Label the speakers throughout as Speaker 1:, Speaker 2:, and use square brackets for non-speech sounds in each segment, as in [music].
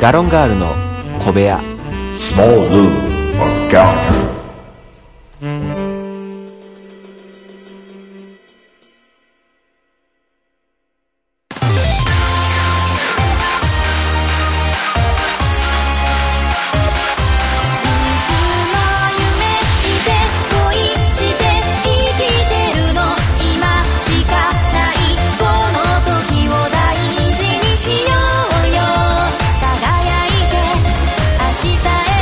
Speaker 1: ガロンガールの小部屋
Speaker 2: Small Lou McGallagher.
Speaker 3: いつも夢見て恋して生きてるの今しかないこの時を大事にしようよ輝いて明日へ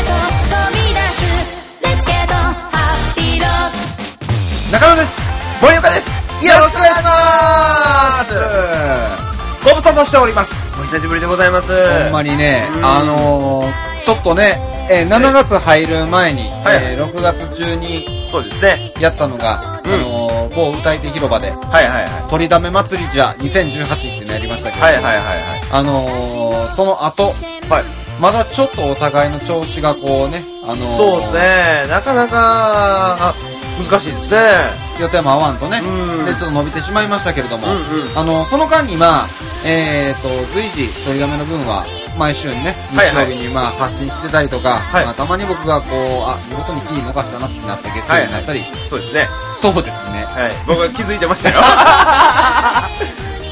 Speaker 3: と飛び出す Let's get on happy road
Speaker 4: 中野です
Speaker 5: 森岡ですよろしくお願いします
Speaker 4: ご無沙汰しております
Speaker 5: お久しぶりでございます
Speaker 4: ほんま
Speaker 5: に
Speaker 4: にね、
Speaker 5: うん
Speaker 4: あのーちょっとね、えー7月入る前に、
Speaker 5: はい
Speaker 4: えー6月中に
Speaker 5: そうですね
Speaker 4: やったのが、
Speaker 5: うん
Speaker 4: あのー某歌い手広場で、
Speaker 5: はいはいはい
Speaker 4: 取りだめ祭りじゃ2018ってのやりましたけど、
Speaker 5: はいはいはいはい
Speaker 4: あのーその後、
Speaker 5: はい
Speaker 4: まだちょっとお互いの調子がこうね、あのー
Speaker 5: そうですねなかなかあ難しいですね
Speaker 4: 予定も合わんとね、
Speaker 5: うん
Speaker 4: で、ちょっと伸びてしまいましたけれども、
Speaker 5: うんうん
Speaker 4: あのーその間にまあ、えーと、随時取りだめの分は、毎週にね、日
Speaker 5: はいはい
Speaker 4: 曜日にまあ発信してたりとか、
Speaker 5: はい
Speaker 4: まあ、たまに僕がこう、あ、見事にキー逃したなってなって月曜日になったり、
Speaker 5: そうですね
Speaker 4: そうですね。
Speaker 5: はい僕は気づいてましたよ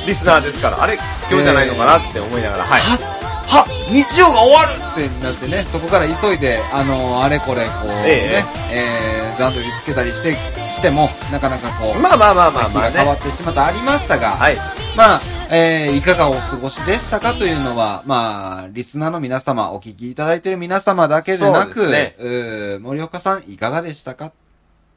Speaker 5: リスナーですからあれ今日じゃないのかなって思いながらはい
Speaker 4: は、は、日曜が終わるってなってね、そこから急いで、あのーあれこれこう
Speaker 5: え
Speaker 4: ね、えー、段取りつけたりして、しても、なかなかこう、
Speaker 5: まあまあまあまあ
Speaker 4: 日
Speaker 5: ま
Speaker 4: が
Speaker 5: あね
Speaker 4: 変わってしまったありましたが、
Speaker 5: はい
Speaker 4: まあ、えー、いかがお過ごしでしたかというのは、まあ、リスナーの皆様、お聞きいただいている皆様だけでな
Speaker 5: そう
Speaker 4: く、
Speaker 5: で
Speaker 4: うー森岡さん、いかがでしたか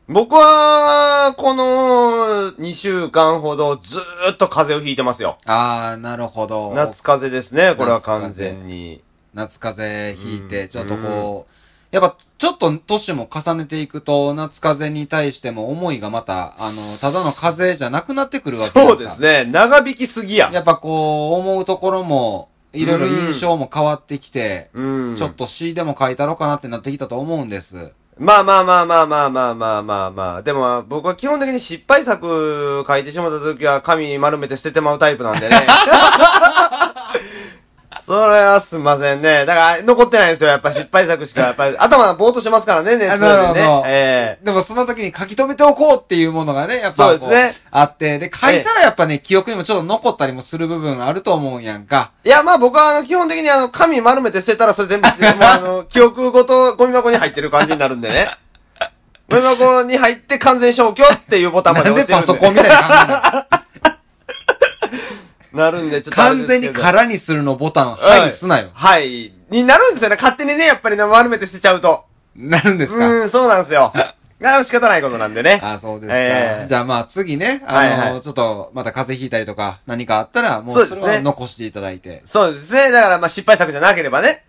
Speaker 5: 僕は、この2週間ほどずーっと風邪をひいてますよ。
Speaker 4: あー、なるほど。
Speaker 5: 夏風邪ですね、これは完全に。
Speaker 4: 夏風邪ひいうて、
Speaker 5: ん
Speaker 4: ちょっとこう、やっぱ、ちょっと年も重ねていくと、夏風邪に対しても思いがまた、あの、ただの風邪じゃなくなってくるわけじゃんか
Speaker 5: そうです。ね、長引きすぎや。
Speaker 4: やっぱこう、思うところも、いろいろ印象も変わってきて、
Speaker 5: うん。
Speaker 4: ちょっ。と詩でも書いたろうかなってなってきたと思うんです。
Speaker 5: まあまあまあまあまあまあまあまあまあ。でも僕は基本的に失敗作書いてしまった時は紙丸めて捨ててまうタイプなんでね。それはすんませんね。だから残ってないんですよ。やっぱ失敗作しか、やっぱり頭がぼーっとしてますからね、熱
Speaker 4: あ
Speaker 5: で
Speaker 4: なる
Speaker 5: ね
Speaker 4: ほ。ど
Speaker 5: ええ
Speaker 4: でもその時に書き留めておこうっていうものがね、やっぱこ
Speaker 5: そうです
Speaker 4: あって、で、書いたらやっぱね、記憶にもちょっと残ったりもする部分あると思うんやんか。
Speaker 5: いや、まあ僕はあの基本的にあの紙丸めて捨てたらそれ全部捨てて、もうあの記憶ごとゴミ箱に入ってる感じになるんでね。ゴミ箱に入って完全消去っていうボタンまで
Speaker 4: なん
Speaker 5: 押
Speaker 4: で
Speaker 5: してる
Speaker 4: パソコ
Speaker 5: んで
Speaker 4: ンみたいな感
Speaker 5: [laughs]
Speaker 4: じなの
Speaker 5: なるんで、ちょっとあれ
Speaker 4: 完
Speaker 5: ですけ
Speaker 4: 全
Speaker 5: ど。
Speaker 4: に空にするのボタン、はいにすなよ。
Speaker 5: はい。になるんですよね。勝手にね、やっぱりね、丸めて捨てちゃうと。
Speaker 4: なるんです
Speaker 5: う
Speaker 4: か
Speaker 5: ーん、そうなんで
Speaker 4: [laughs]
Speaker 5: すよ。が仕方ないことなんでね。
Speaker 4: あ、そうですか。
Speaker 5: ええ
Speaker 4: じゃあまあ次ね、あの、
Speaker 5: はいはい
Speaker 4: ちょっと、また風邪ひいたりとか、何かあったら、も
Speaker 5: そううで
Speaker 4: そ
Speaker 5: す
Speaker 4: れ
Speaker 5: ね
Speaker 4: は残していただいて。
Speaker 5: そうですね。だからまあ失敗作じゃなけれ
Speaker 4: [laughs]
Speaker 5: ばね。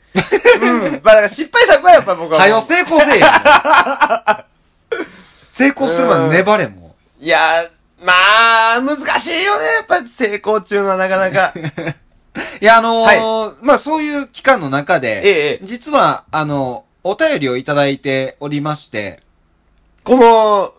Speaker 5: うん。まあだから失敗作はやっぱり僕はもう。
Speaker 4: はよ成功せえや
Speaker 5: [laughs]
Speaker 4: 成功するまで粘れもう。
Speaker 5: いや、まあ、難しいよね。やっぱり成功中のはなかな
Speaker 4: [laughs]
Speaker 5: か。
Speaker 4: いや、あのーまあそういう期間の中で
Speaker 5: え、え
Speaker 4: 実は、あの、お便りをいただいておりまして、
Speaker 5: この、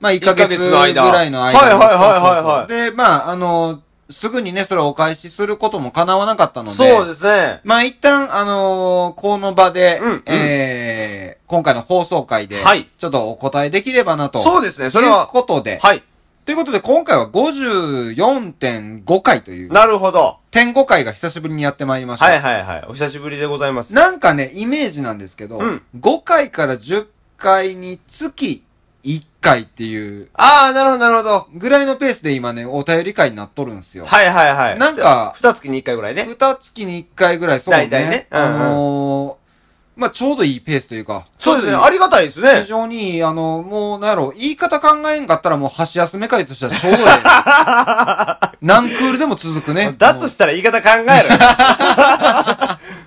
Speaker 4: まあ、1ヶ月
Speaker 5: 一ヶ月
Speaker 4: ぐ
Speaker 5: の間
Speaker 4: らいの間。
Speaker 5: はいはいはいはいはい
Speaker 4: そうそうそうで、まあ、あの、すぐにね、それをお返しすることも叶わなかったので。
Speaker 5: そうですね。
Speaker 4: まあ、一旦、あのーこの場で、
Speaker 5: うん
Speaker 4: えー今回の放送回で、
Speaker 5: はい
Speaker 4: ちょっとお答えできればなと。
Speaker 5: そう
Speaker 4: で
Speaker 5: ですね。それは
Speaker 4: という。ことで、
Speaker 5: はい。
Speaker 4: ということで、今回は54.5回という、
Speaker 5: なるほど。
Speaker 4: 点5回が久しぶりにやってまいりました。
Speaker 5: はいはいはい。お久しぶりでございます。
Speaker 4: なんかね、イメージなんですけど、
Speaker 5: うん
Speaker 4: 5回から10回につき1回っていう、
Speaker 5: ああ、なるほどなるほど。
Speaker 4: ぐらいのペースで今ね、お便り会になっとるんですよ。
Speaker 5: はいはいはい。
Speaker 4: なんか
Speaker 5: 二月に一回ぐらいね。
Speaker 4: 二月に一回ぐらい、そうね。
Speaker 5: 大体ねうんうん
Speaker 4: あのー、まあ、ちょうどいいペースというか。
Speaker 5: そうですね。
Speaker 4: ちょ
Speaker 5: あ
Speaker 4: どいい
Speaker 5: りがたいです
Speaker 4: 非
Speaker 5: ね。
Speaker 4: 常にいい、あの、もう、なんやろ、言い方考えんかったらもう、箸休め会としてはちょうどいい。
Speaker 5: [laughs]
Speaker 4: 何クールでも続くね。
Speaker 5: だとしたら言い方考えろよ。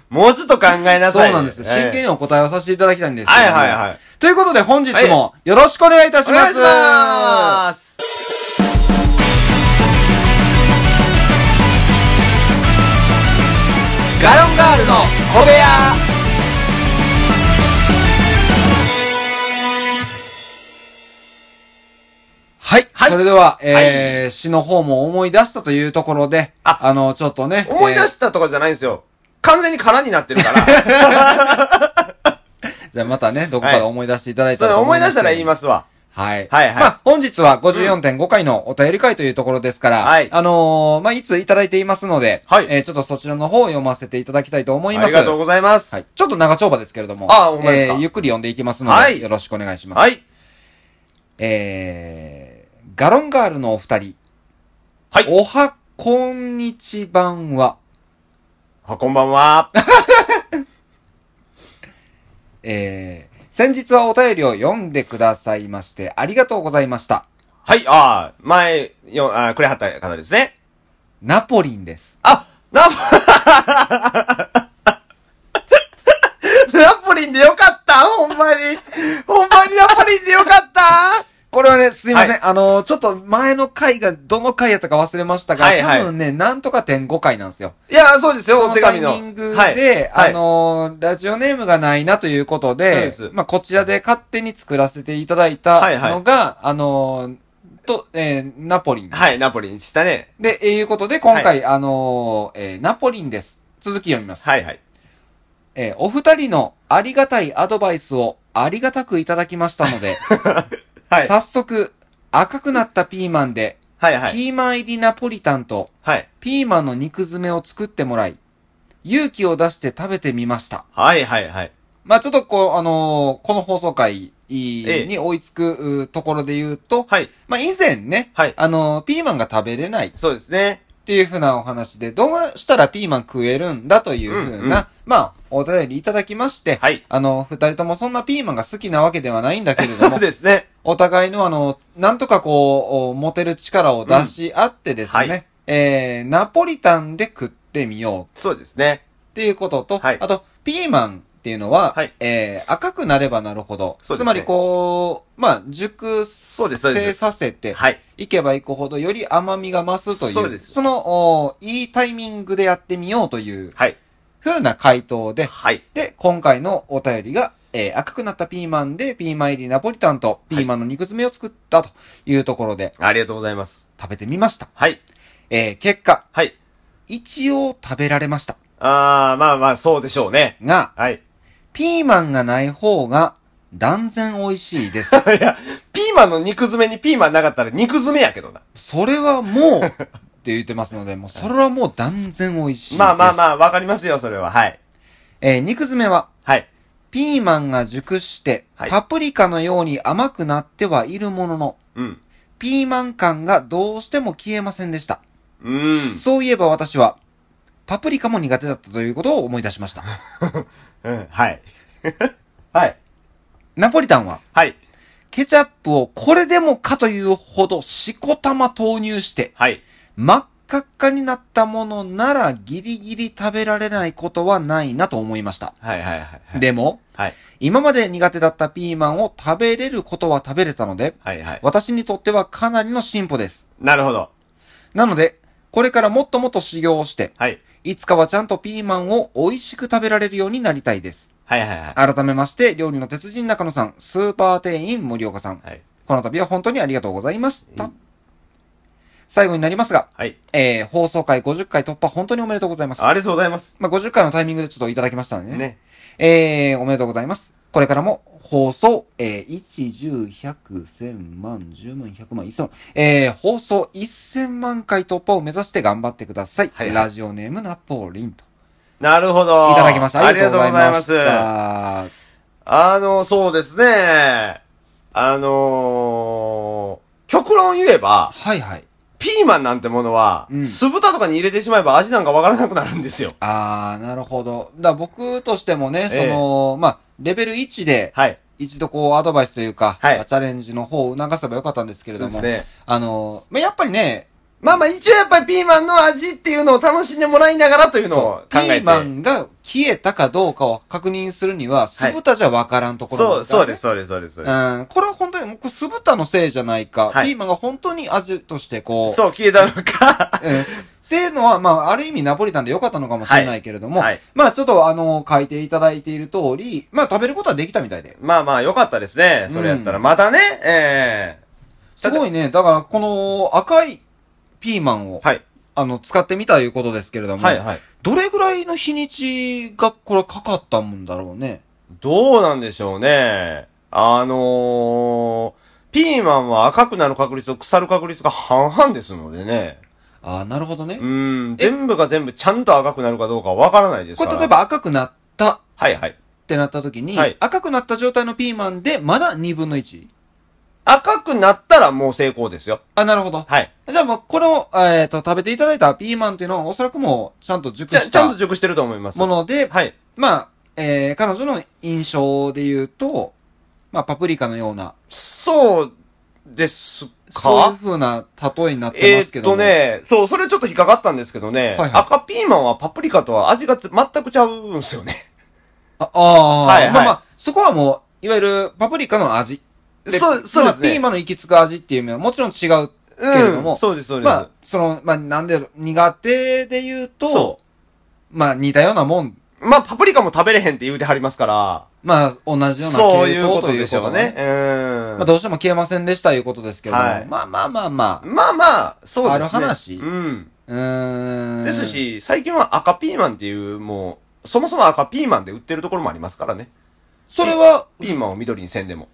Speaker 5: もうちょっと考えな
Speaker 4: そう
Speaker 5: さい。
Speaker 4: なんです。
Speaker 5: ええ
Speaker 4: 真剣にお答えをさせていただきたいんですけども
Speaker 5: はいはいはい。
Speaker 4: ということで、本日もよろしくお願いいたし
Speaker 5: お
Speaker 4: ま
Speaker 5: 願
Speaker 4: す。
Speaker 5: いします。
Speaker 4: ガロンガールの小部屋はい、
Speaker 5: はい
Speaker 4: それでは、えー詩の方も思い出したというところで、あ
Speaker 5: あ
Speaker 4: の、ちょっとね、
Speaker 5: 思い出
Speaker 4: えー
Speaker 5: したとかじゃないんですよ。完全に空になってる
Speaker 4: [laughs]
Speaker 5: から、
Speaker 4: じゃあまたね、どこか
Speaker 5: は
Speaker 4: ら
Speaker 5: い
Speaker 4: 思い出していただい
Speaker 5: そ
Speaker 4: た
Speaker 5: れ
Speaker 4: らと
Speaker 5: 思
Speaker 4: 思
Speaker 5: い
Speaker 4: い
Speaker 5: 出
Speaker 4: ます。
Speaker 5: したら言いますわ。
Speaker 4: はい。
Speaker 5: はいはい
Speaker 4: まあ、本日は54.5回のお便り会というところですから、
Speaker 5: はい
Speaker 4: あのーまあ、いついただいていますので、
Speaker 5: はい
Speaker 4: えーちょっとそちらの方を読ませていただきたいと思い
Speaker 5: あ
Speaker 4: ます。
Speaker 5: りがとうございます。
Speaker 4: はい。ちょっと長丁場ですけれども、
Speaker 5: あほんまですか
Speaker 4: えーゆっくり読んでいきますので、
Speaker 5: はい
Speaker 4: よろしくお願いします。
Speaker 5: はい。
Speaker 4: えー、ガロンガールのお二人。
Speaker 5: はい
Speaker 4: おは、こんにちばんは。
Speaker 5: あこんばんは。
Speaker 4: えー、先日はお便りを読んでくださいまして、ありがとうございました。
Speaker 5: はい、ああ、前、よ、あーくれはった方ですね。
Speaker 4: ナポリンです。
Speaker 5: あ、ナポ、 [laughs] ナポリンでよかったほんまに。ほんまにナポリンでよかった
Speaker 4: これはね、すいません。
Speaker 5: は
Speaker 4: あのーちょっと前の回がどの回やったか忘れましたが、
Speaker 5: はいはい
Speaker 4: 多分ね、なんとか点5回なんですよ。
Speaker 5: いや、そうですよ、
Speaker 4: そ
Speaker 5: お
Speaker 4: の
Speaker 5: 手
Speaker 4: タイ
Speaker 5: 紙の。
Speaker 4: ミングで、
Speaker 5: はい
Speaker 4: あのーラジオネームがないなということで、
Speaker 5: そうです
Speaker 4: まあ、こちらで勝手に作らせていただいたのが、
Speaker 5: はいはい
Speaker 4: あのーと、えーナポリン。
Speaker 5: はい、ナポリンしたね。
Speaker 4: で、えーいうことで、今回、あのーえーナポリンです。続き読みます。
Speaker 5: はいはい。
Speaker 4: えーお二人のありがたいアドバイスをありがたくいただきましたので、
Speaker 5: [laughs] はい。
Speaker 4: 早速、赤くなったピーマンで、
Speaker 5: はいはい。
Speaker 4: ピーマン入りナポリタンと、
Speaker 5: はい。
Speaker 4: ピーマンの肉詰めを作ってもらい、勇気を出して食べてみました。
Speaker 5: はいはいはい。
Speaker 4: まあちょっとこう、あのーこの放送回
Speaker 5: ええ
Speaker 4: に追いつくうーところで言うと、
Speaker 5: はい。
Speaker 4: まあ以前ね、
Speaker 5: はい
Speaker 4: あのーピーマンが食べれないっ
Speaker 5: そうですね。
Speaker 4: ていうふうなお話で、どうしたらピーマン食えるんだというふうな、
Speaker 5: うんうん
Speaker 4: まあお便りいただきまして、
Speaker 5: はい
Speaker 4: あのー二人ともそんなピーマンが好きなわけではないんだけれど
Speaker 5: そ
Speaker 4: も
Speaker 5: う、 [laughs] ですね。
Speaker 4: お互いのあの、なんとかこう、お持てる力を出し合ってですね、
Speaker 5: うんはい
Speaker 4: えー、ナポリタンで食ってみよう
Speaker 5: そうですね。
Speaker 4: っていうことと、
Speaker 5: はい
Speaker 4: あと、ピーマンっていうのは、
Speaker 5: はい
Speaker 4: えー、赤くなればなるほど、
Speaker 5: そうです
Speaker 4: つ
Speaker 5: ね
Speaker 4: まりこう、まあ、熟
Speaker 5: うですそうで
Speaker 4: 成
Speaker 5: す
Speaker 4: させて、
Speaker 5: はい。
Speaker 4: いけばいくほどより甘みが増すという、
Speaker 5: そうです
Speaker 4: の、おいいタイミングでやってみようという、
Speaker 5: はい。
Speaker 4: 風な回答で、
Speaker 5: はい。
Speaker 4: で、今回のお便りが、えー、赤くなったピーマンで、ピーマン入りナポリタンと、ピーマンの肉詰めを作ったというところで、
Speaker 5: ありがとうございます。
Speaker 4: 食べてみました。
Speaker 5: はい。
Speaker 4: えー、結果、
Speaker 5: はい。
Speaker 4: 一応食べられました。
Speaker 5: あー、まあまあ、そうでしょうね。
Speaker 4: が、
Speaker 5: はい。
Speaker 4: ピーマンがない方が断然美味しいです。
Speaker 5: いや、ピーマンの肉詰めにピーマンなかったら肉詰めやけどな。
Speaker 4: それはもう、って言ってますので、もうそれはもう断然美味しいです。
Speaker 5: まあまあま
Speaker 4: あ。
Speaker 5: あ、わかりますよ、それは。はい。
Speaker 4: えー肉詰めは、
Speaker 5: はい。
Speaker 4: ピーマンが熟して、
Speaker 5: はい
Speaker 4: パプリカのように甘くなってはいるものの、
Speaker 5: うん。
Speaker 4: ピーマン感がどうしても消えませんでした。
Speaker 5: うん。
Speaker 4: そういえば私は、パプリカも苦手だったということを思い出しました。 [laughs]
Speaker 5: うん。はい。 [laughs] はい。
Speaker 4: ナポリタンは、
Speaker 5: はい。
Speaker 4: ケチャップをこれでもかというほどしこたま投入して、
Speaker 5: はい。
Speaker 4: 真っ赤っかになったものならギリギリ食べられないことはないなと思いました。
Speaker 5: はい。はい。はい。
Speaker 4: でも、
Speaker 5: はい。
Speaker 4: 今まで苦手だったピーマンを食べれることは食べれたので、
Speaker 5: はい。はい。
Speaker 4: 私にとってはかなりの進歩です。
Speaker 5: なるほど。
Speaker 4: なので、これからもっともっと修行をして、
Speaker 5: はい。
Speaker 4: いつかはちゃんとピーマンを美味しく食べられるようになりたいです。
Speaker 5: はい。はい。はい。
Speaker 4: 改めまして、料理の鉄人中野さん、スーパー店員森岡さん、
Speaker 5: はい。
Speaker 4: この度は本当にありがとうございました。最後になりますが、
Speaker 5: はい。
Speaker 4: えー、放送回50回突破本当におめでとうございます。
Speaker 5: ありがとうございます。
Speaker 4: まあ、50回のタイミングでちょっといただきましたのでね。
Speaker 5: ね。
Speaker 4: えー、おめでとうございます。これからも放送、えー、1、10、100、1000万、10万、100万、1000万、えー、放送1000万回突破を目指して頑張ってください。
Speaker 5: はい
Speaker 4: ラジオネームナポリンと。
Speaker 5: なるほど。
Speaker 4: いただきました。
Speaker 5: ありがとうございま
Speaker 4: あり
Speaker 5: す。
Speaker 4: がとうございました
Speaker 5: あの、そうですね。あのー、極論言えば、
Speaker 4: はいはい。
Speaker 5: ピーマンなんてものは、
Speaker 4: うん
Speaker 5: 酢豚とかに入れてしまえば味なんかわからなくなるんですよ。
Speaker 4: あー、なるほど。だから僕としてもね、
Speaker 5: ええ
Speaker 4: その、まあ、レベル1で、
Speaker 5: はい。
Speaker 4: 一度こうアドバイスというか、
Speaker 5: はい
Speaker 4: チャレンジの方を促せばよかったんですけれ
Speaker 5: そう
Speaker 4: ど
Speaker 5: で
Speaker 4: も、
Speaker 5: すね。
Speaker 4: あの、まあ、やっぱりね、
Speaker 5: まあまあ一応やっぱりピーマンの味っていうのを楽しんでもらいながらというのを考
Speaker 4: ピ
Speaker 5: えて。
Speaker 4: ーマンが消えたかどうかを確認するには、酢豚じゃわからんところ
Speaker 5: そう、そうです、
Speaker 4: う
Speaker 5: そうです、そうです。そううです
Speaker 4: ん、これは本当に、僕酢豚のせいじゃないか、
Speaker 5: はい
Speaker 4: ピーマンが本当に味としてこう、
Speaker 5: そう、消えたのか。 [laughs]
Speaker 4: うんっていうのは、まあ、ある意味ナポリタンで良かったのかもしれないけれども、
Speaker 5: はいはい
Speaker 4: まあ、ちょっとあの、書いていただいている通り、まあ、食べることはできたみたいで。
Speaker 5: まあまあ、よかったですね。それやったら。またね、ええ
Speaker 4: すごいね、だから、この赤いピーマンを、
Speaker 5: はい。
Speaker 4: あの、使ってみたということですけれども、
Speaker 5: はいはい。
Speaker 4: どれぐらいの日にちがこれかかったもんだろうね。
Speaker 5: どうなんでしょうね。あのー、ピーマンは赤くなる確率と腐る確率が半々ですのでね。
Speaker 4: ああ、なるほどね
Speaker 5: う。ん、全部が全部ちゃんと赤くなるかどうかわからないです
Speaker 4: こ
Speaker 5: から。
Speaker 4: れ例え。ば赤くなったっ
Speaker 5: はいはい。
Speaker 4: てなった時に、
Speaker 5: はい
Speaker 4: 赤くなった状態のピーマンでまだ2分の 1?
Speaker 5: 赤くなったらもう成功ですよ。
Speaker 4: あ、なるほど。
Speaker 5: はい。
Speaker 4: じゃあもう、この、えっ、と、食べていただいたピーマンっていうのはおそらくもう、ちゃんと熟
Speaker 5: ちゃ、
Speaker 4: し
Speaker 5: ちゃん
Speaker 4: た
Speaker 5: と熟してると思います。
Speaker 4: もので、
Speaker 5: はい。
Speaker 4: まあ、えー、彼女の印象で言うと、まあ、パプリカのような、
Speaker 5: そうですか
Speaker 4: そういう風な例えになって
Speaker 5: え
Speaker 4: ま
Speaker 5: ー
Speaker 4: すけ
Speaker 5: っ
Speaker 4: ど
Speaker 5: と
Speaker 4: も。
Speaker 5: ね、そう、それちょっと引っかかったんですけどね、
Speaker 4: はいはい
Speaker 5: 赤ピーマンはパプリカとは味がつ全くちゃうんですよね。
Speaker 4: ああー、
Speaker 5: はいはい
Speaker 4: まあまあ、そこはもう、いわゆるパプリカの味。
Speaker 5: そうそうですね
Speaker 4: まあピーマンの行き着く味っていうのはもちろん違う。
Speaker 5: うん、
Speaker 4: けれども
Speaker 5: そうです、そうです。
Speaker 4: まあ、その、まあ、なんで、苦手で言うと、
Speaker 5: そ
Speaker 4: まあ、似たようなもん、
Speaker 5: まあ、パプリカも食べれへんって言うてはりますから、
Speaker 4: まあ、同じような
Speaker 5: そうい
Speaker 4: 系
Speaker 5: うこ
Speaker 4: 統
Speaker 5: と
Speaker 4: とい
Speaker 5: で
Speaker 4: う
Speaker 5: し
Speaker 4: こ
Speaker 5: ょ
Speaker 4: と
Speaker 5: うね。
Speaker 4: ね。
Speaker 5: うん
Speaker 4: まあ、。どうしても消えませんでしたいうことですけれども、
Speaker 5: はい
Speaker 4: まあまあまあまあ、
Speaker 5: まあまあ、そうですね。
Speaker 4: ある話
Speaker 5: うん。
Speaker 4: うーん。
Speaker 5: ですし、最近は赤ピーマンっていう、もう、そもそも赤ピーマンで売ってるところもありますからね。
Speaker 4: それは、
Speaker 5: ピーマンを緑にせんでも。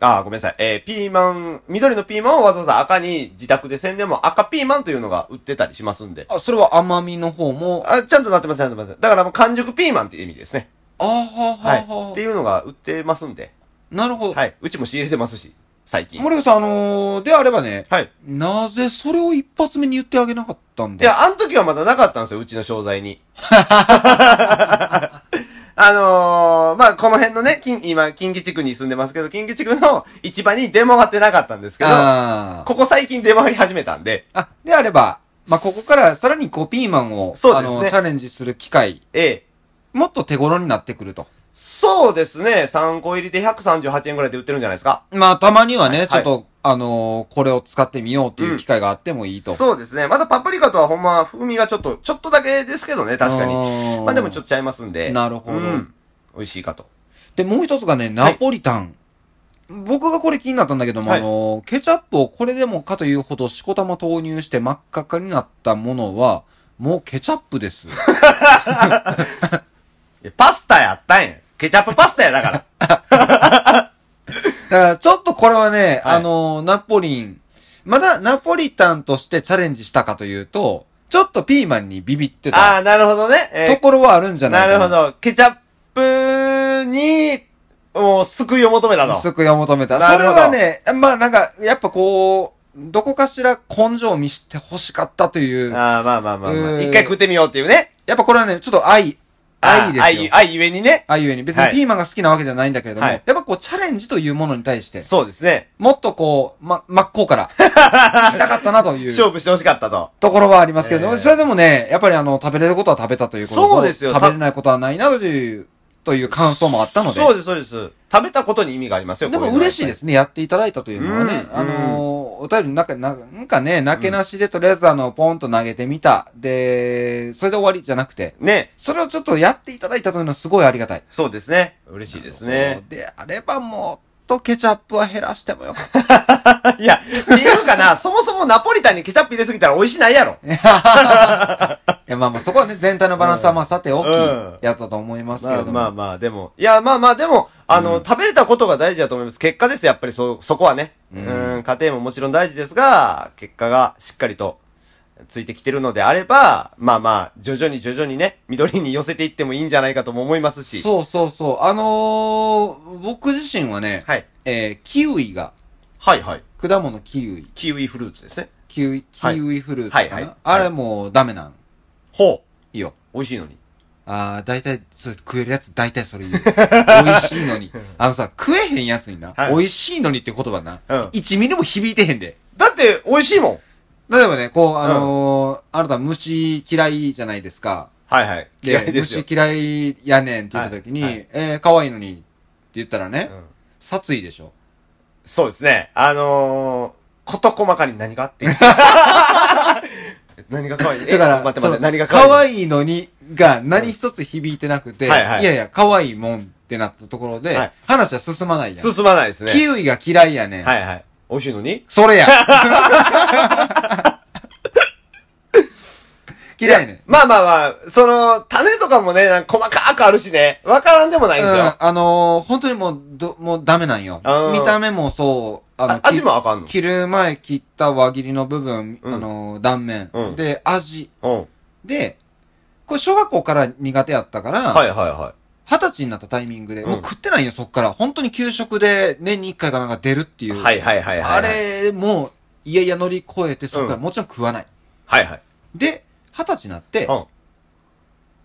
Speaker 5: ああ、ごめんなさい。えー、ピーマン、緑のピーマンをわざわざ赤に自宅でせんでも赤ピーマンというのが売ってたりしますんで。
Speaker 4: あ、それは甘みの方も、あ
Speaker 5: あ、ちゃんとなってます、ちゃんとなってます。だからもう完熟ピーマンっていう意味ですね。
Speaker 4: あは
Speaker 5: は。
Speaker 4: はいは
Speaker 5: っていうのが売ってますんで。
Speaker 4: なるほど。
Speaker 5: はい。うちも仕入れてますし、最近。
Speaker 4: 森口さん、あのー、であればね、
Speaker 5: はい。
Speaker 4: なぜそれを一発目に言ってあげなかったん
Speaker 5: い
Speaker 4: だ
Speaker 5: や、あの時はまだなかったんですよ、うちの商材に。 [laughs] あのー、まあ、この辺のね、近今、近畿地区に住んでますけど、近畿地区の市場に出回ってなかったんですけど、
Speaker 4: あー
Speaker 5: ここ最近出回り始めたんで、
Speaker 4: あ、であれば、まあ、ここからさらにこうピーマンを、
Speaker 5: そう
Speaker 4: あ
Speaker 5: ですね
Speaker 4: の、チャレンジする機会、
Speaker 5: ええ。
Speaker 4: もっと手頃になってくると。
Speaker 5: そうですね、3個入りで138円ぐらいで売ってるんじゃないですか。
Speaker 4: まあ、たまにはね、
Speaker 5: はい
Speaker 4: ちょっと、あのー、これを使ってみようっていう機会があってもいいと。
Speaker 5: そうですね。まだパプリカとはほんま風味がちょっと、ちょっとだけですけどね、確かに。
Speaker 4: に
Speaker 5: まあでもちょ
Speaker 4: っと。
Speaker 5: っとちゃいますんで。
Speaker 4: なるほど
Speaker 5: うん美味しいかと。
Speaker 4: で、もう一つがね、ナポリタン。僕がこれ気になったんだけども、
Speaker 5: はい
Speaker 4: あのー、ケチャップをこれでもかというほどしこたま投入して真っ赤っかになったものは、もうケチャップ
Speaker 5: [laughs]
Speaker 4: です。
Speaker 5: いやパスタやったんや。ケチャップパスタや
Speaker 4: [laughs]
Speaker 5: だから。
Speaker 4: だから、ちょっとこれはね、
Speaker 5: はい
Speaker 4: あのー、ナポリン、まだナポリタンとしてチャレンジしたかというと、ちょっとピーマンにビビって
Speaker 5: あ
Speaker 4: た
Speaker 5: あ、なるほどね。えー
Speaker 4: ところはあるんじゃない
Speaker 5: な
Speaker 4: かな。
Speaker 5: るほど。ケチャップに、もう救いを求めたの。
Speaker 4: 薄く読み求めた。
Speaker 5: な
Speaker 4: そ
Speaker 5: る
Speaker 4: れ
Speaker 5: ほど
Speaker 4: はね、まあなんか、やっぱこう、どこかしら根性を見せて欲しかったという、やっ
Speaker 5: ああ、まあまあまあまあ。
Speaker 4: うん
Speaker 5: 一回食ってみようっていうね。
Speaker 4: ぱこれはね、ちょっと愛、愛で
Speaker 5: あー
Speaker 4: すよ
Speaker 5: 愛、。愛ゆえにね。
Speaker 4: 愛ゆえに。別
Speaker 5: は
Speaker 4: に
Speaker 5: い
Speaker 4: ピーマンが好きなわけじゃないんだけれども、
Speaker 5: はい
Speaker 4: やっぱこうチャレンジというものに対して、
Speaker 5: そうですね。
Speaker 4: もっとこう、ま、真っ向
Speaker 5: [laughs]
Speaker 4: から、行きたかったなという。
Speaker 5: 勝負してほしかったと。
Speaker 4: ところはありますけれども、
Speaker 5: ええ
Speaker 4: それでもね、やっぱりあの、食べれることは食べたということ
Speaker 5: そうですよ
Speaker 4: 食べれないことはないなという、という感想もあったので。
Speaker 5: そうです、そうです。食べたことに意味がありますよ。。
Speaker 4: でも嬉しいですすね、やっていただいたというのはね。
Speaker 5: うん
Speaker 4: あのーお便りの中、ななんかね、なけなしでとりあえずあの、ポンと投げてみた。で、それで終わりじゃなくて、
Speaker 5: ね。
Speaker 4: それをちょっとやっていただいたというのはすごいありがたい。
Speaker 5: そうですね。嬉しいですね。。
Speaker 4: であればもっとケチャップは減らしてもよかっ
Speaker 5: [laughs] いや、っていうかな、そもそもナポリタンにケチャップ入れすぎたら美味しないやろ。
Speaker 4: た。いや、まあまあそこはね、全体のバランスはまあさておき
Speaker 5: うん、
Speaker 4: やったと思いますけ
Speaker 5: ま
Speaker 4: れ
Speaker 5: あ
Speaker 4: ども。
Speaker 5: まあまあ、でも。いや、まあまあ、でも、あの、食べれたことが大事だと思います。結果です、やっぱりそ、そこはね。う
Speaker 4: うん
Speaker 5: ん、家庭ももちろん大事ですが、結果がしっかりとついてきてるのであれば、まあまあ、徐々に徐々にね、緑に寄せていってもいいんじゃないかとも思いますし。
Speaker 4: そうそうそう。あのー、僕自身はね、
Speaker 5: はい。
Speaker 4: えー、キウイが、
Speaker 5: はいはい。
Speaker 4: 果物キウイ、
Speaker 5: キウイフルーツですね。
Speaker 4: キウイ、キウイフルーツかな、
Speaker 5: はいはいはい
Speaker 4: あれもうダメなん
Speaker 5: ほ
Speaker 4: よ。
Speaker 5: う。美味しいのに。
Speaker 4: あー、大体、そう食えるやつ大体それ言う。 [laughs] 美味しいのに。あのさ、食えへんやつにな、
Speaker 5: はい
Speaker 4: 美味しいのにって言葉な、
Speaker 5: うん
Speaker 4: 1ミリも響いてへんで。
Speaker 5: だって、美味しいもん。
Speaker 4: 例えばね、こう、あのーあなた虫嫌いじゃないですか。
Speaker 5: はいはい。嫌いですよ
Speaker 4: 虫。嫌いやねんって言った時に、
Speaker 5: はいは
Speaker 4: えー、可愛いのにって言ったらね、
Speaker 5: うん
Speaker 4: 殺意でしょ。
Speaker 5: そうですね。あのー、こと細かに何があって。
Speaker 4: [laughs]
Speaker 5: 何が可愛い
Speaker 4: だ
Speaker 5: え
Speaker 4: から、
Speaker 5: 待って待
Speaker 4: そ
Speaker 5: って、
Speaker 4: の
Speaker 5: 何が可愛い
Speaker 4: 可愛いのに、が何一つ響いてなくて、
Speaker 5: はいはい
Speaker 4: やいや、可愛いもんってなったところで、
Speaker 5: はい
Speaker 4: 話は進まないやん。
Speaker 5: 進まないですね。
Speaker 4: キウイが嫌いやねん。
Speaker 5: [laughs] はいはい。美味しいのに
Speaker 4: それや。嫌いね。
Speaker 5: まあまあまあ、その、種とかもね、なんか細かくあるしね、わからんでもないんですよ。
Speaker 4: うん、あのー本当にもう、ど、もうダメなんよ
Speaker 5: う。ん
Speaker 4: 見た目もそう、あの
Speaker 5: あ、味もあかんの
Speaker 4: 切る前切った輪切りの部分、
Speaker 5: うん
Speaker 4: あのー断面、
Speaker 5: うん
Speaker 4: で、味。
Speaker 5: うん。
Speaker 4: で、これ小学校から苦手やったから、
Speaker 5: はいはいは
Speaker 4: 二十歳になったタイミングで、
Speaker 5: うん
Speaker 4: もう食ってないよ、そっから。本当に給食で年に一回かなんか出るってい
Speaker 5: い。
Speaker 4: う。
Speaker 5: はいはいはいはい。
Speaker 4: あれ、もう、いやいや乗り越えて、そっから
Speaker 5: うん
Speaker 4: もちろん食わない。
Speaker 5: はいはい。
Speaker 4: で、二十歳になって、
Speaker 5: うん。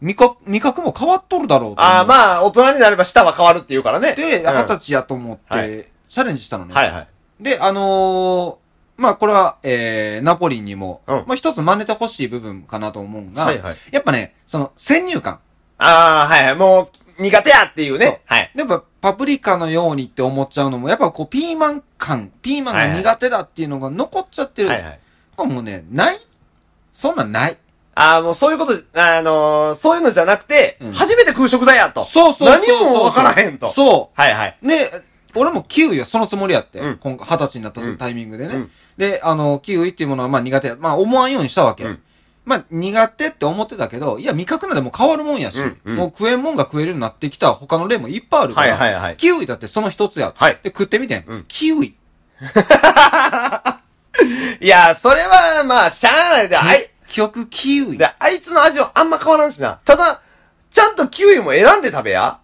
Speaker 4: 味覚、味覚も変わっとるだろうと思って。
Speaker 5: ああ、まあ、大人になれば舌は変わるって言うからね。
Speaker 4: で、
Speaker 5: うん
Speaker 4: 二十歳やと思っ
Speaker 5: は
Speaker 4: て、チャレンジしたのね。
Speaker 5: はいはい。
Speaker 4: で、あのーまあ、これは、えー、ナポリンにも、
Speaker 5: うん
Speaker 4: まあ、一つ真似てほしい部分かなと思うんが、
Speaker 5: はいはい。
Speaker 4: やっぱね、その、先入観。
Speaker 5: ああ、はいはい。もう、苦手やっていう
Speaker 4: そう
Speaker 5: ね。はい。
Speaker 4: やっぱ、パプリカのようにって思っちゃうのも、やっぱこう、ピーマン感、ピーマンが苦手だっていうのが残っちゃってる。
Speaker 5: はいはい。
Speaker 4: これもうね、ないそんなんない。
Speaker 5: ああ、もうそういうこと、あのー、そういうのじゃなくて、
Speaker 4: うん
Speaker 5: 初めて食う食材やと。
Speaker 4: そうそうそうそう
Speaker 5: 何もわからへんと。
Speaker 4: そう。
Speaker 5: はいはい。
Speaker 4: で、俺もキウイはそのつもりやって。
Speaker 5: うん
Speaker 4: 今回二十歳になったタイミングでね。
Speaker 5: うん
Speaker 4: で、あの、キウイっていうものはまあ苦手や。まあ思わんようにしたわけ。
Speaker 5: うん
Speaker 4: まあ苦手って思ってたけど、いや味覚なんてもう変わるもんやし、
Speaker 5: うんうん
Speaker 4: もう食えんもんが食えるようになってきた他の例もいっぱいあるか
Speaker 5: はい
Speaker 4: ら、
Speaker 5: はいはい。
Speaker 4: キウイだってその一つや。
Speaker 5: はい
Speaker 4: で、食ってみてん。
Speaker 5: うん
Speaker 4: キウイ。
Speaker 5: いやー、それは、まあ、しゃあないで、あい、
Speaker 4: 結局キウイ
Speaker 5: で、。あいつの味はあんま変わらんしな。ただ、ちゃんとキウイも選んで食べや。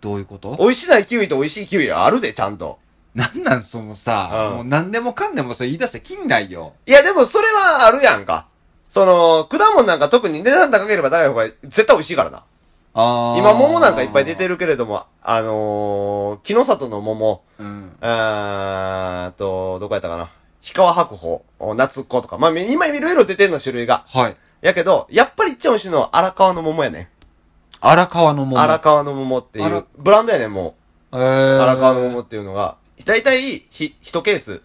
Speaker 4: どういうこと
Speaker 5: 美味しないキウイと美味しいキウイはあるで、ちゃんと。
Speaker 4: なんなんそのさ、
Speaker 5: うん
Speaker 4: もう何でもかんでもそれ言い出したら切んないよ。
Speaker 5: いや、でもそれはあるやんか。その、果物なんか特に値段高ければ高い方が絶対美味しいからな。
Speaker 4: あー
Speaker 5: 今桃なんかいっぱい出て。るけれども、あのー、木の里の桃、
Speaker 4: うん。
Speaker 5: あーと、どこやったかな。氷川白鳳、お夏っ子とか。まあ、み今いろいろ出てんの種類が。
Speaker 4: はい。
Speaker 5: やけど、やっぱり一番美味しいのは荒川の桃やね
Speaker 4: 荒川の
Speaker 5: ん。
Speaker 4: 桃。
Speaker 5: 荒川の桃ってい
Speaker 4: 荒
Speaker 5: う、ブランドやねん、もう。
Speaker 4: えー、
Speaker 5: 荒川の桃っていうのが、だいたい、ひ、一ケース、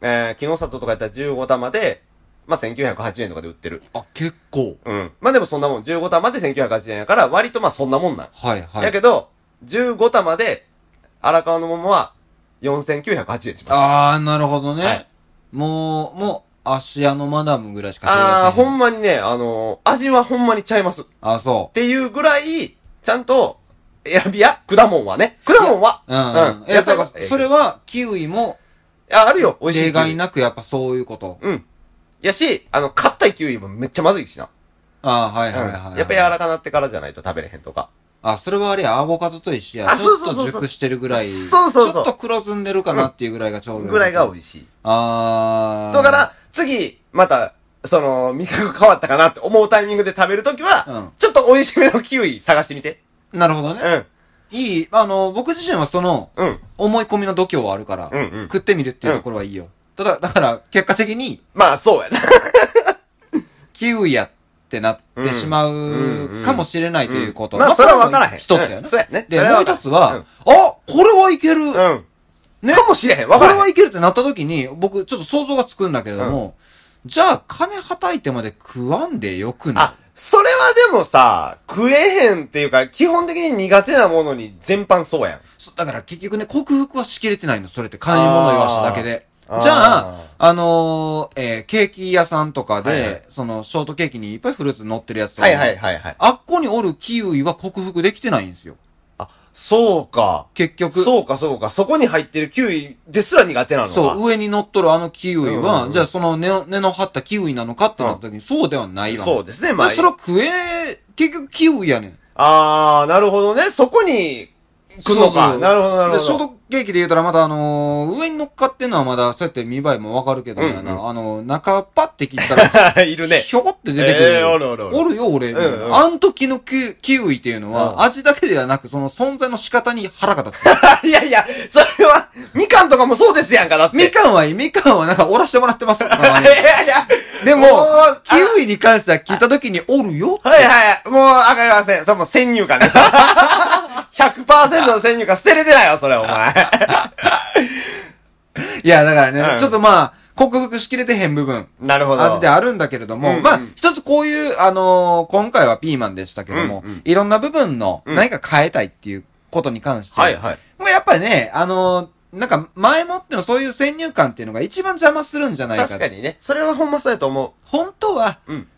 Speaker 5: えー、木の里とかやったら15玉で、まあ、1980円とかで売ってる。
Speaker 4: あ、結構。
Speaker 5: うん。まあ、でもそんなもん、15玉で1980円やから、割とまあ、そんなもんなん。
Speaker 4: はいはい。
Speaker 5: やけど、15玉で、荒川の桃は、4980円します。
Speaker 4: あー、なるほどね。
Speaker 5: はい
Speaker 4: もう、もう、芦屋のマダムぐらいしか手
Speaker 5: あー、
Speaker 4: 出せな
Speaker 5: ほ
Speaker 4: い。
Speaker 5: んまにね、あのー味はほんまにちゃいます。っ
Speaker 4: あ、そ
Speaker 5: ていうぐらい、ちゃんと、選びや、果物はね。果物は、
Speaker 4: う。うん。え、
Speaker 5: 野
Speaker 4: だ
Speaker 5: 菜
Speaker 4: か
Speaker 5: は
Speaker 4: ら、それは、キウイも、
Speaker 5: あ、あるよ、美味しい。
Speaker 4: 例外。なくやっぱそういうこと。
Speaker 5: うん。やし、あの、買ったキウイもめっちゃまずいしな。
Speaker 4: あー、は
Speaker 5: う
Speaker 4: い
Speaker 5: ん
Speaker 4: はいはいはい。
Speaker 5: やっぱ柔らかなってからじゃないと食べれへんとか。
Speaker 4: あ、それはあれや、アボカドと一緒や。
Speaker 5: あ
Speaker 4: ちょっ
Speaker 5: そうそう
Speaker 4: と
Speaker 5: そうそう
Speaker 4: 熟してるぐらい。
Speaker 5: そうそうそう
Speaker 4: ちょっと黒ずんでるかなっていうぐらいがちょうどいい。
Speaker 5: ぐらいが美味しい。
Speaker 4: あー。
Speaker 5: だから、次、また、その、味覚変わったかなって思うタイミングで食べるときは、
Speaker 4: う
Speaker 5: ちょっと美味しめのキウイ探してみて。
Speaker 4: ん。なるほど
Speaker 5: う
Speaker 4: ね。
Speaker 5: ん。
Speaker 4: いい、あの、僕自身はその、
Speaker 5: うん。
Speaker 4: 思い込みの度胸はあるから、
Speaker 5: うんうん
Speaker 4: 食ってみるっていうところはいいよ。ただ、だから、結果的に、
Speaker 5: まあ、そうやな。
Speaker 4: キウイやってなってしま
Speaker 5: うんう
Speaker 4: うんかもしれないということ。
Speaker 5: まあ、それは分からへん。
Speaker 4: 一つや
Speaker 5: うん
Speaker 4: な
Speaker 5: そうやね。
Speaker 4: で、
Speaker 5: それ
Speaker 4: もう
Speaker 5: 分から
Speaker 4: 一つは、あこれはいける
Speaker 5: うん。うん。
Speaker 4: ね
Speaker 5: かもしれへん。分
Speaker 4: こ
Speaker 5: か
Speaker 4: れ
Speaker 5: らへん。
Speaker 4: はいけるってなった時に、僕、ちょっと想像がつくんだけれども、じゃあ、金はたいてまで食わんでよく
Speaker 5: あ
Speaker 4: な、
Speaker 5: それはでもさ、食えへんっていうか、基本的に苦手なものに全般そうやん。
Speaker 4: いそだから結局ね、克服はしきれてないの、それって。金に物言わしただけで。じ
Speaker 5: あ
Speaker 4: ゃ
Speaker 5: ー
Speaker 4: あ、あのー、えーケーキ屋さんとかで、
Speaker 5: はいはい
Speaker 4: その、ショートケーキにいっぱいフルーツ乗ってるやつとか
Speaker 5: は
Speaker 4: も、
Speaker 5: いはいはいはい。
Speaker 4: あっこにおるキウイは克服できてないんですよ。
Speaker 5: あ、そうか。
Speaker 4: 結局。
Speaker 5: そうかそうか。そこに入ってるキウイですら苦手なのか。
Speaker 4: そう、上に乗っとるあのキウイ
Speaker 5: うんうん
Speaker 4: は、
Speaker 5: うん
Speaker 4: じゃあその根を根の張ったキウイなのかってなった時に、そうではないわ。
Speaker 5: そう
Speaker 4: う。
Speaker 5: ですね、
Speaker 4: ま
Speaker 5: ま
Speaker 4: あ、
Speaker 5: あ。
Speaker 4: それは食え、結局キウイやねん。
Speaker 5: あー、なるほどね。そこに、来んの
Speaker 4: そうそ
Speaker 5: か。
Speaker 4: う
Speaker 5: なるほど、なるほ
Speaker 4: で、ショー
Speaker 5: ど。
Speaker 4: トケーキで言うたらまだあのー上に乗っかってんのはまだ、そうやって見栄えもわかるけどもやな、
Speaker 5: うんう
Speaker 4: あのー中パって切ったら、
Speaker 5: [laughs] いる [laughs] ね。
Speaker 4: ひょこって出てくる。
Speaker 5: えーおるおるおる
Speaker 4: おるよ、俺。
Speaker 5: うんうん
Speaker 4: あん時のキキウイっていうのは、
Speaker 5: うん
Speaker 4: 味だけではなく、その存在の仕方に腹が立つ。
Speaker 5: いやいや、それは、みかんとかもそうですやんか、だって。
Speaker 4: みかんはいい、みかんはなんかおらしてもらってます。たま
Speaker 5: [laughs] い
Speaker 4: に
Speaker 5: やいや。
Speaker 4: でも
Speaker 5: おー、
Speaker 4: キウイに関しては聞いた時におるよって
Speaker 5: はいはい。もう、わかりません。それもう先入観 [laughs] です。100%の先入観捨てれてないわ、それ、お前。 [laughs]
Speaker 4: いや、だからね、
Speaker 5: うん
Speaker 4: ちょっとまあ、克服しきれてへん部分、
Speaker 5: なるほど。
Speaker 4: 味であるんだけれども、
Speaker 5: うんうん
Speaker 4: まあ、一つこういう、あのー今回はピーマンでしたけども、
Speaker 5: うんうん
Speaker 4: いろんな部分の
Speaker 5: うん
Speaker 4: 何か変えたいっていうことに関して、
Speaker 5: はいはい。
Speaker 4: まあやっぱりね、あのーなんか前もってのそういう先入観っていうのが一番邪魔するんじゃないか
Speaker 5: 確かにね。それはほんまそうやと思
Speaker 4: 本当は、
Speaker 5: うん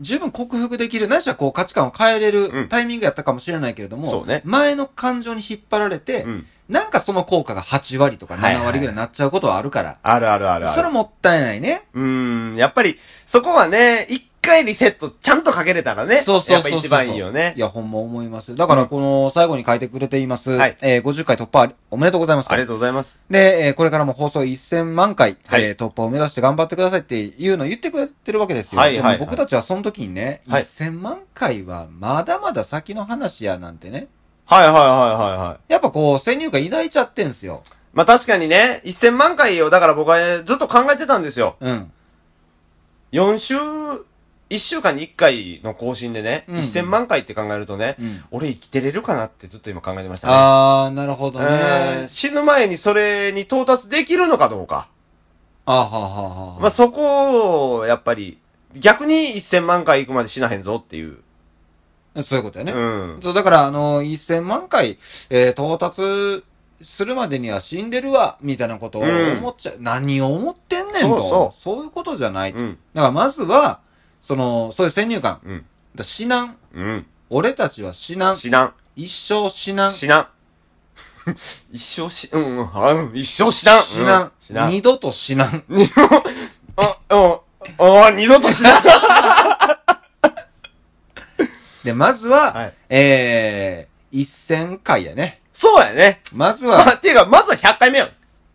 Speaker 4: 十分克服できる、ないしはこう価値観を変えれ
Speaker 5: うん
Speaker 4: るタイミングやったかもしれないけれども、
Speaker 5: そうね
Speaker 4: 前の感情に引っ張られて、
Speaker 5: うん。
Speaker 4: なんかその効果が8割とか
Speaker 5: はいはい
Speaker 4: 7割ぐらいになっちゃうことはあるから、
Speaker 5: あるあるあるある。
Speaker 4: それはもったいないね。
Speaker 5: うーん、やっぱり、そこはね、一回リセットちゃんとかけれたらね。
Speaker 4: そうそうそうそう
Speaker 5: やっぱ一番いいよね
Speaker 4: い。や、ほんま思います。だから、この、最後に書いてくれています。
Speaker 5: はい
Speaker 4: えー50回突破ありおめでとうございますと。
Speaker 5: ありがとうございます。
Speaker 4: で、えーこれからも放送1000万回、
Speaker 5: はい
Speaker 4: えー突破を目指して頑張ってくださいっていうのを言ってくれてるわけですよ。
Speaker 5: はいはいは
Speaker 4: で
Speaker 5: い
Speaker 4: も僕たちはその時にね、
Speaker 5: はい
Speaker 4: 1000万回はまだまだ先の話やなんてね。
Speaker 5: はいはいはいはいはい。
Speaker 4: やっぱこう、先入観抱いちゃってんすよ。
Speaker 5: まあ確かにね、1000万回を、だから僕はねずっと考えてたんですよ。
Speaker 4: うん。
Speaker 5: 4週、1週間に1回の更新でね、
Speaker 4: うん
Speaker 5: 1000万回って考えるとね、
Speaker 4: うん
Speaker 5: 俺生きてれるかなってずっと今考えてましたね。
Speaker 4: あー、なるほどね。
Speaker 5: うん死ぬ前にそれに到達できるのかどうか。
Speaker 4: あはははは。
Speaker 5: まあそこを、やっぱり、逆に1000万回行くまで死なへんぞっていう。
Speaker 4: そういうことやね。
Speaker 5: うん。
Speaker 4: そう、だから、あの、1000万回、えー到達するまでには死んでるわ、みたいなことを
Speaker 5: うん
Speaker 4: 思っちゃう。何を思ってんねんと。
Speaker 5: そうそう
Speaker 4: いうことじゃないと。
Speaker 5: うん。
Speaker 4: だから、まずは、その、そういう先入観。だか
Speaker 5: うん。
Speaker 4: ら死なん。
Speaker 5: うん。
Speaker 4: 俺たちは死なん。
Speaker 5: 死なん。
Speaker 4: 一生死なん。
Speaker 5: 死なん。 [laughs] 一生死、うん、うんあうん、一生死なん。
Speaker 4: 死なん
Speaker 5: うん死なん。
Speaker 4: 二度と死なん。
Speaker 5: あ、うん。あ二度と死なん。
Speaker 4: で、まずは、
Speaker 5: はい
Speaker 4: えー、1000回やね。
Speaker 5: そうやね。
Speaker 4: まず
Speaker 5: まあ、
Speaker 4: は、
Speaker 5: ていうか、まずは100回目よ。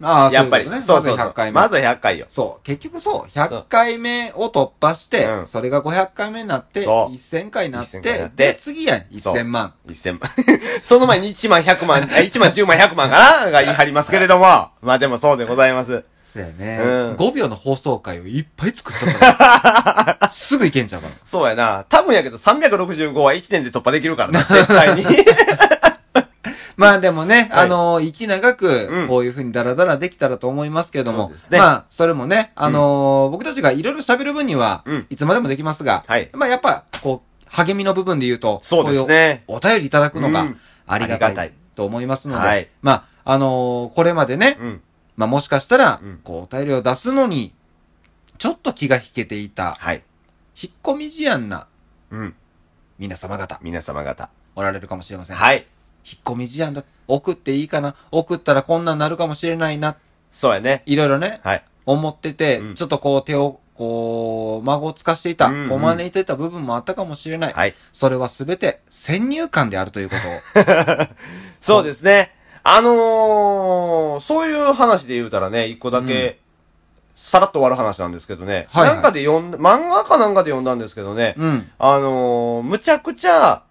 Speaker 4: ああ、
Speaker 5: やっぱり。
Speaker 4: そ
Speaker 5: そう
Speaker 4: いうことね
Speaker 5: うそう
Speaker 4: まず
Speaker 5: そう
Speaker 4: 100回目。
Speaker 5: まずは100回よ。
Speaker 4: そう、結局そう、100回目を突破して、
Speaker 5: うん
Speaker 4: それが500回目になって、
Speaker 5: そう
Speaker 4: 1000回になっ
Speaker 5: 1000回に
Speaker 4: て
Speaker 5: なっ、て
Speaker 4: で、次やん、
Speaker 5: そう
Speaker 4: 1000万。
Speaker 5: 1000万。 [laughs] その前に1万100万、あ1万10万100万かなが言い張りますけれども。まあでもそうでございます。
Speaker 4: そうやね、
Speaker 5: うん
Speaker 4: 5秒の放送回をいっぱい作った
Speaker 5: [laughs]
Speaker 4: から。すぐいけんちゃうかな。
Speaker 5: そうやな。多分やけど365は1年で突破できるからな、絶
Speaker 4: [laughs]
Speaker 5: 対に。
Speaker 4: まあでもね、
Speaker 5: は
Speaker 4: あ
Speaker 5: い
Speaker 4: のー、息長
Speaker 5: う
Speaker 4: く
Speaker 5: ん、
Speaker 4: こういう風にダラダラできたらと思いますけれど
Speaker 5: そ
Speaker 4: も
Speaker 5: うです、ね
Speaker 4: まあ、それもね、あのー僕たちがいろいろ喋る分には
Speaker 5: うん、
Speaker 4: いつまでもできますが、
Speaker 5: はい
Speaker 4: まあやっぱ、こう、励みの部分で言うと、
Speaker 5: そうですね。
Speaker 4: お便りいただくの
Speaker 5: う
Speaker 4: が
Speaker 5: ん
Speaker 4: ありが
Speaker 5: ありが
Speaker 4: た
Speaker 5: た
Speaker 4: い
Speaker 5: い
Speaker 4: と思いますので、
Speaker 5: はい
Speaker 4: まあ、あのーこれまでね、
Speaker 5: うん。
Speaker 4: まあもしかしたら
Speaker 5: うん、
Speaker 4: こう、お便りを出すのに、ちょっと気が引けていた、
Speaker 5: はい。
Speaker 4: 引っ込み思案な
Speaker 5: うん。
Speaker 4: 皆様方、
Speaker 5: 皆様方。
Speaker 4: おられるかもしれません。
Speaker 5: はい。
Speaker 4: 引っ込み思案だ。送っていいかな送ったらこんなんなるかもしれないな。
Speaker 5: そうやね。
Speaker 4: いろいろね、
Speaker 5: はい。
Speaker 4: 思ってて、
Speaker 5: うん
Speaker 4: ちょっとこう手を、こう、孫をつかしていた、
Speaker 5: うんうん
Speaker 4: こう招いていた部分もあったかもしれない。
Speaker 5: はい。
Speaker 4: それはすべて先入観であるということを。
Speaker 5: そうですね。あのー、そういう話で言うたらね、一個だ
Speaker 4: うん
Speaker 5: け、さらっと終わる話なんですけどね。
Speaker 4: はいはい
Speaker 5: なんかで読んだ、漫画かなんかで読んだんですけどね。 [laughs]
Speaker 4: うん。
Speaker 5: あのー、むちゃくちゃ、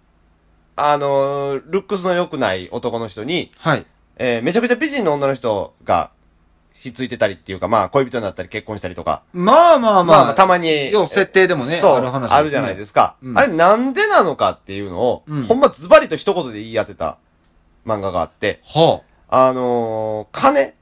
Speaker 5: あのー、ルックスの良くない男の人に、
Speaker 4: はい。
Speaker 5: えーめちゃくちゃ美人の女の人が、ひっついてたりっていうか、まあ、恋人になったり結婚したりとか。
Speaker 4: まあまあまあ、
Speaker 5: まあ、たまに。
Speaker 4: 要設定でもね
Speaker 5: そう、
Speaker 4: ある話ですね
Speaker 5: あるじゃないですか。
Speaker 4: うん
Speaker 5: あれなんでなのかっていうのを、
Speaker 4: うん
Speaker 5: ほんまズバリと一言で言い当てた漫画があって、
Speaker 4: は
Speaker 5: あのー、金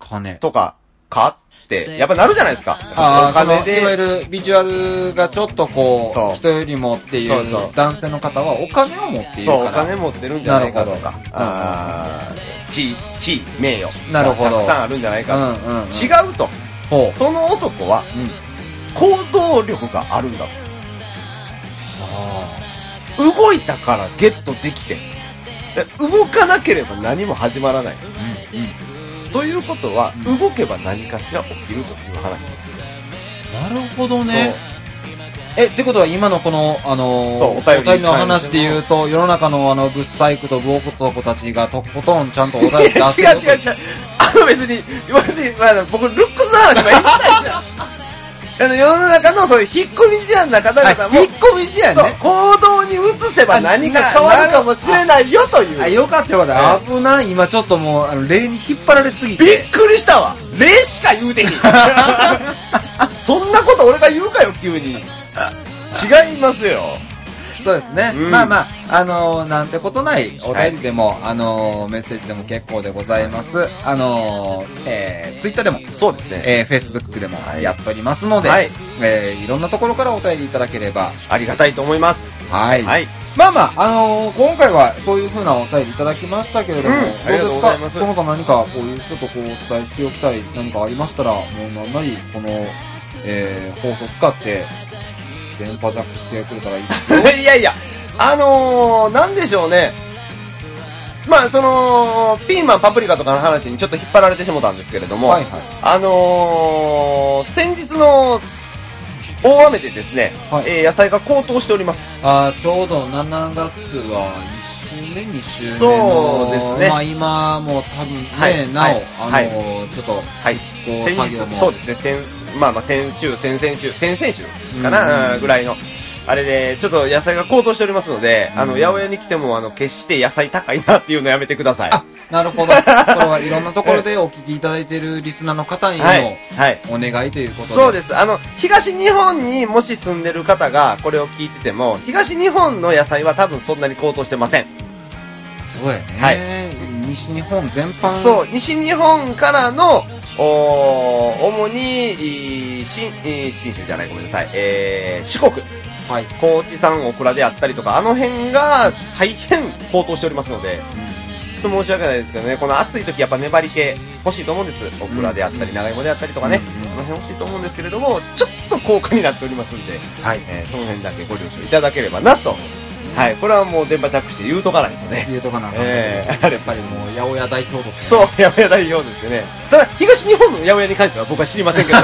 Speaker 4: あ、金。
Speaker 5: とか、かって、やっぱなるじゃないですか。
Speaker 4: ああ、
Speaker 5: お
Speaker 4: その、
Speaker 5: 金
Speaker 4: いわゆ
Speaker 5: で。
Speaker 4: るビジュアルがちょっとこ
Speaker 5: そう
Speaker 4: う、人よりもってい
Speaker 5: そうそう
Speaker 4: う男性の方はお金を持っている
Speaker 5: そう、お
Speaker 4: か
Speaker 5: 金
Speaker 4: ら。
Speaker 5: 持ってるんじゃないかと
Speaker 4: なる
Speaker 5: か
Speaker 4: ほど。
Speaker 5: あー地位、地位、名誉。
Speaker 4: なるほど
Speaker 5: たくさんあるんじゃないか
Speaker 4: うんうんうん。
Speaker 5: と。違うと。
Speaker 4: ほう。
Speaker 5: その男は、
Speaker 4: うん。
Speaker 5: 行動力があるんだと。
Speaker 4: あ
Speaker 5: 動いたからゲットできて。で動かなければ何も始まらない。
Speaker 4: あ。うんうん。
Speaker 5: ということは、動けば何かしら起きるという話です。
Speaker 4: なるほどね。え、ってことは今のこの、あのー
Speaker 5: そうお便り
Speaker 4: の話で言うと、世の中のあの、ぶっ細工とブオクと子たちがとことんちゃんとお便り
Speaker 5: [laughs] 違う違う違う
Speaker 4: [laughs] 出せる。
Speaker 5: あの別に別に、まあ、僕ルックスの話は一切しないあの世の中のそういう引っ込み思案な方々も、
Speaker 4: あ引っ込み思案ね
Speaker 5: そう行動に移せば何か変わるかもしれないよという
Speaker 4: あ、よかったよかった。危ない。今ちょっともう、あの、例に引っ張られすぎ
Speaker 5: び
Speaker 4: て
Speaker 5: っ。くりしたわ礼しか言うて [laughs] へんそんなこと俺が言うかよ急に違いますよ
Speaker 4: そうですね、
Speaker 5: うん
Speaker 4: まあまあ、あのーなんてことないお便りでも、あのーメッセージでも結構でございます。あのーえー、ツイッターでも、
Speaker 5: そうですね
Speaker 4: えー、フェイスブックでも
Speaker 5: はい
Speaker 4: やっておりますので、
Speaker 5: はいい、
Speaker 4: えー、いろんなところからお便りいただければ、
Speaker 5: ありがたいと思います
Speaker 4: はい。
Speaker 5: はい
Speaker 4: まあまあ、あのー今回はそういう風なお便りいただきましたけれども、
Speaker 5: うん
Speaker 4: どう
Speaker 5: ありがと
Speaker 4: で
Speaker 5: う
Speaker 4: す
Speaker 5: ござ
Speaker 4: か
Speaker 5: います
Speaker 4: その他何かこういうちょっとこうお伝えしておきたい何かありましたら、もうなんなりこの、えー、放送使って、電波ジャックしてくれたらいい
Speaker 5: [laughs]
Speaker 4: ですよ。
Speaker 5: いやいや、あのー、なんでしょうね。まあ、その、ピーマン、パプリカとかの話にちょっと引っ張られてしもたんですけれども、
Speaker 4: はいはい
Speaker 5: あのー、先日の大雨でですね、
Speaker 4: はい
Speaker 5: えー野菜が高騰しております。
Speaker 4: あーちょうど7月は1周目、2周目の
Speaker 5: そうですね
Speaker 4: まあ今も多分ね、
Speaker 5: はい
Speaker 4: なお、
Speaker 5: はい
Speaker 4: あの、
Speaker 5: はい
Speaker 4: ちょっと、
Speaker 5: はい。
Speaker 4: こう
Speaker 5: 先
Speaker 4: 作
Speaker 5: 日
Speaker 4: 業も、
Speaker 5: そうですね、先、まあまあ先週、先々週、先々週
Speaker 4: う
Speaker 5: か
Speaker 4: ん
Speaker 5: な、うんぐらいの。あれで、ちょっと野菜が高騰しておりますので、あの、
Speaker 4: うん
Speaker 5: 八百屋に来ても、あの、決して野菜高いなっていうのやめてください。は
Speaker 4: なるほど。これはいろんなとこ
Speaker 5: [laughs]
Speaker 4: ろでお聞きいただいているリスナーの方に
Speaker 5: い。
Speaker 4: も、
Speaker 5: はい。
Speaker 4: お願いということで。
Speaker 5: [laughs] そうです。あの、東日本にもし住んでる方がこれを聞いてても、東日本の野菜は多分そんなに高騰してません。
Speaker 4: す。そうやね。
Speaker 5: はい
Speaker 4: 西日本全般。
Speaker 5: そう、西日本からの、おー主に、いー新、えー新州じゃない、ごめんなさい。えー、四国、
Speaker 4: はい。
Speaker 5: 高知産オクラであったりとか、あの辺が大変高騰しておりますので、ちょっと申し訳ないですけどね、この暑い時やっぱ粘り系欲しいと思うんです。オクラであったり、長芋であったりとかね、
Speaker 4: うん
Speaker 5: あの辺欲しいと思うんですけれども、ちょっと高価になっておりますんで、
Speaker 4: はい。
Speaker 5: えーその辺だけご了承いただければなと。はい、これはもう電波タックして言うとかないとね。 [laughs]
Speaker 4: 言うとかなあかんと
Speaker 5: えー、あれ
Speaker 4: やっぱりもう、八百屋代表として
Speaker 5: そう、八百屋代表ですよね。ただ、東日本の八百屋に関しては僕は知りませんけ [laughs] ど、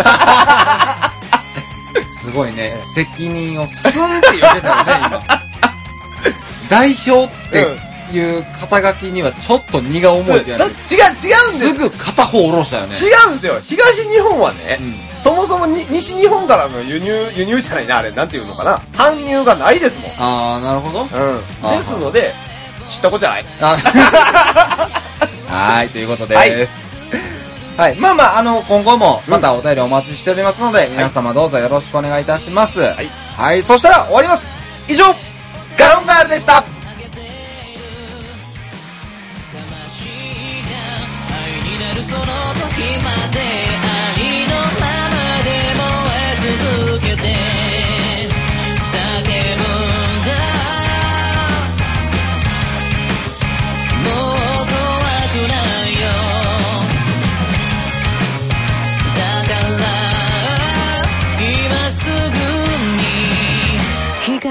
Speaker 4: すごいね、責任をすんって言ってたよね、
Speaker 5: [laughs]
Speaker 4: 今。代表っていう肩書きにはちょっと荷が重
Speaker 5: そう
Speaker 4: いじ
Speaker 5: 違う、違
Speaker 4: ゃ
Speaker 5: う
Speaker 4: な
Speaker 5: んで
Speaker 4: い
Speaker 5: す
Speaker 4: すぐ片方下ろしたよね。
Speaker 5: 違うんですよ東日本はね、
Speaker 4: うん
Speaker 5: そもそもに西日本からの輸入、輸入じゃないな、あれ、なんていうのかな。搬入がないですもん。
Speaker 4: あー、なるほど。
Speaker 5: うん。
Speaker 4: あ
Speaker 5: ですので、知ったことない。 [laughs]
Speaker 4: あはーい、ということ
Speaker 5: はい
Speaker 4: です。はい。まあまあ、あの、今後も、またお便りお待ちしておりますので、皆様どうぞよろしくお願いいたします。はいはい、そしたら終わります以上
Speaker 5: ガロンガールでした
Speaker 6: その時まで愛のままで燃え続けて叫ぶんだもう怖くないよだから今すぐに光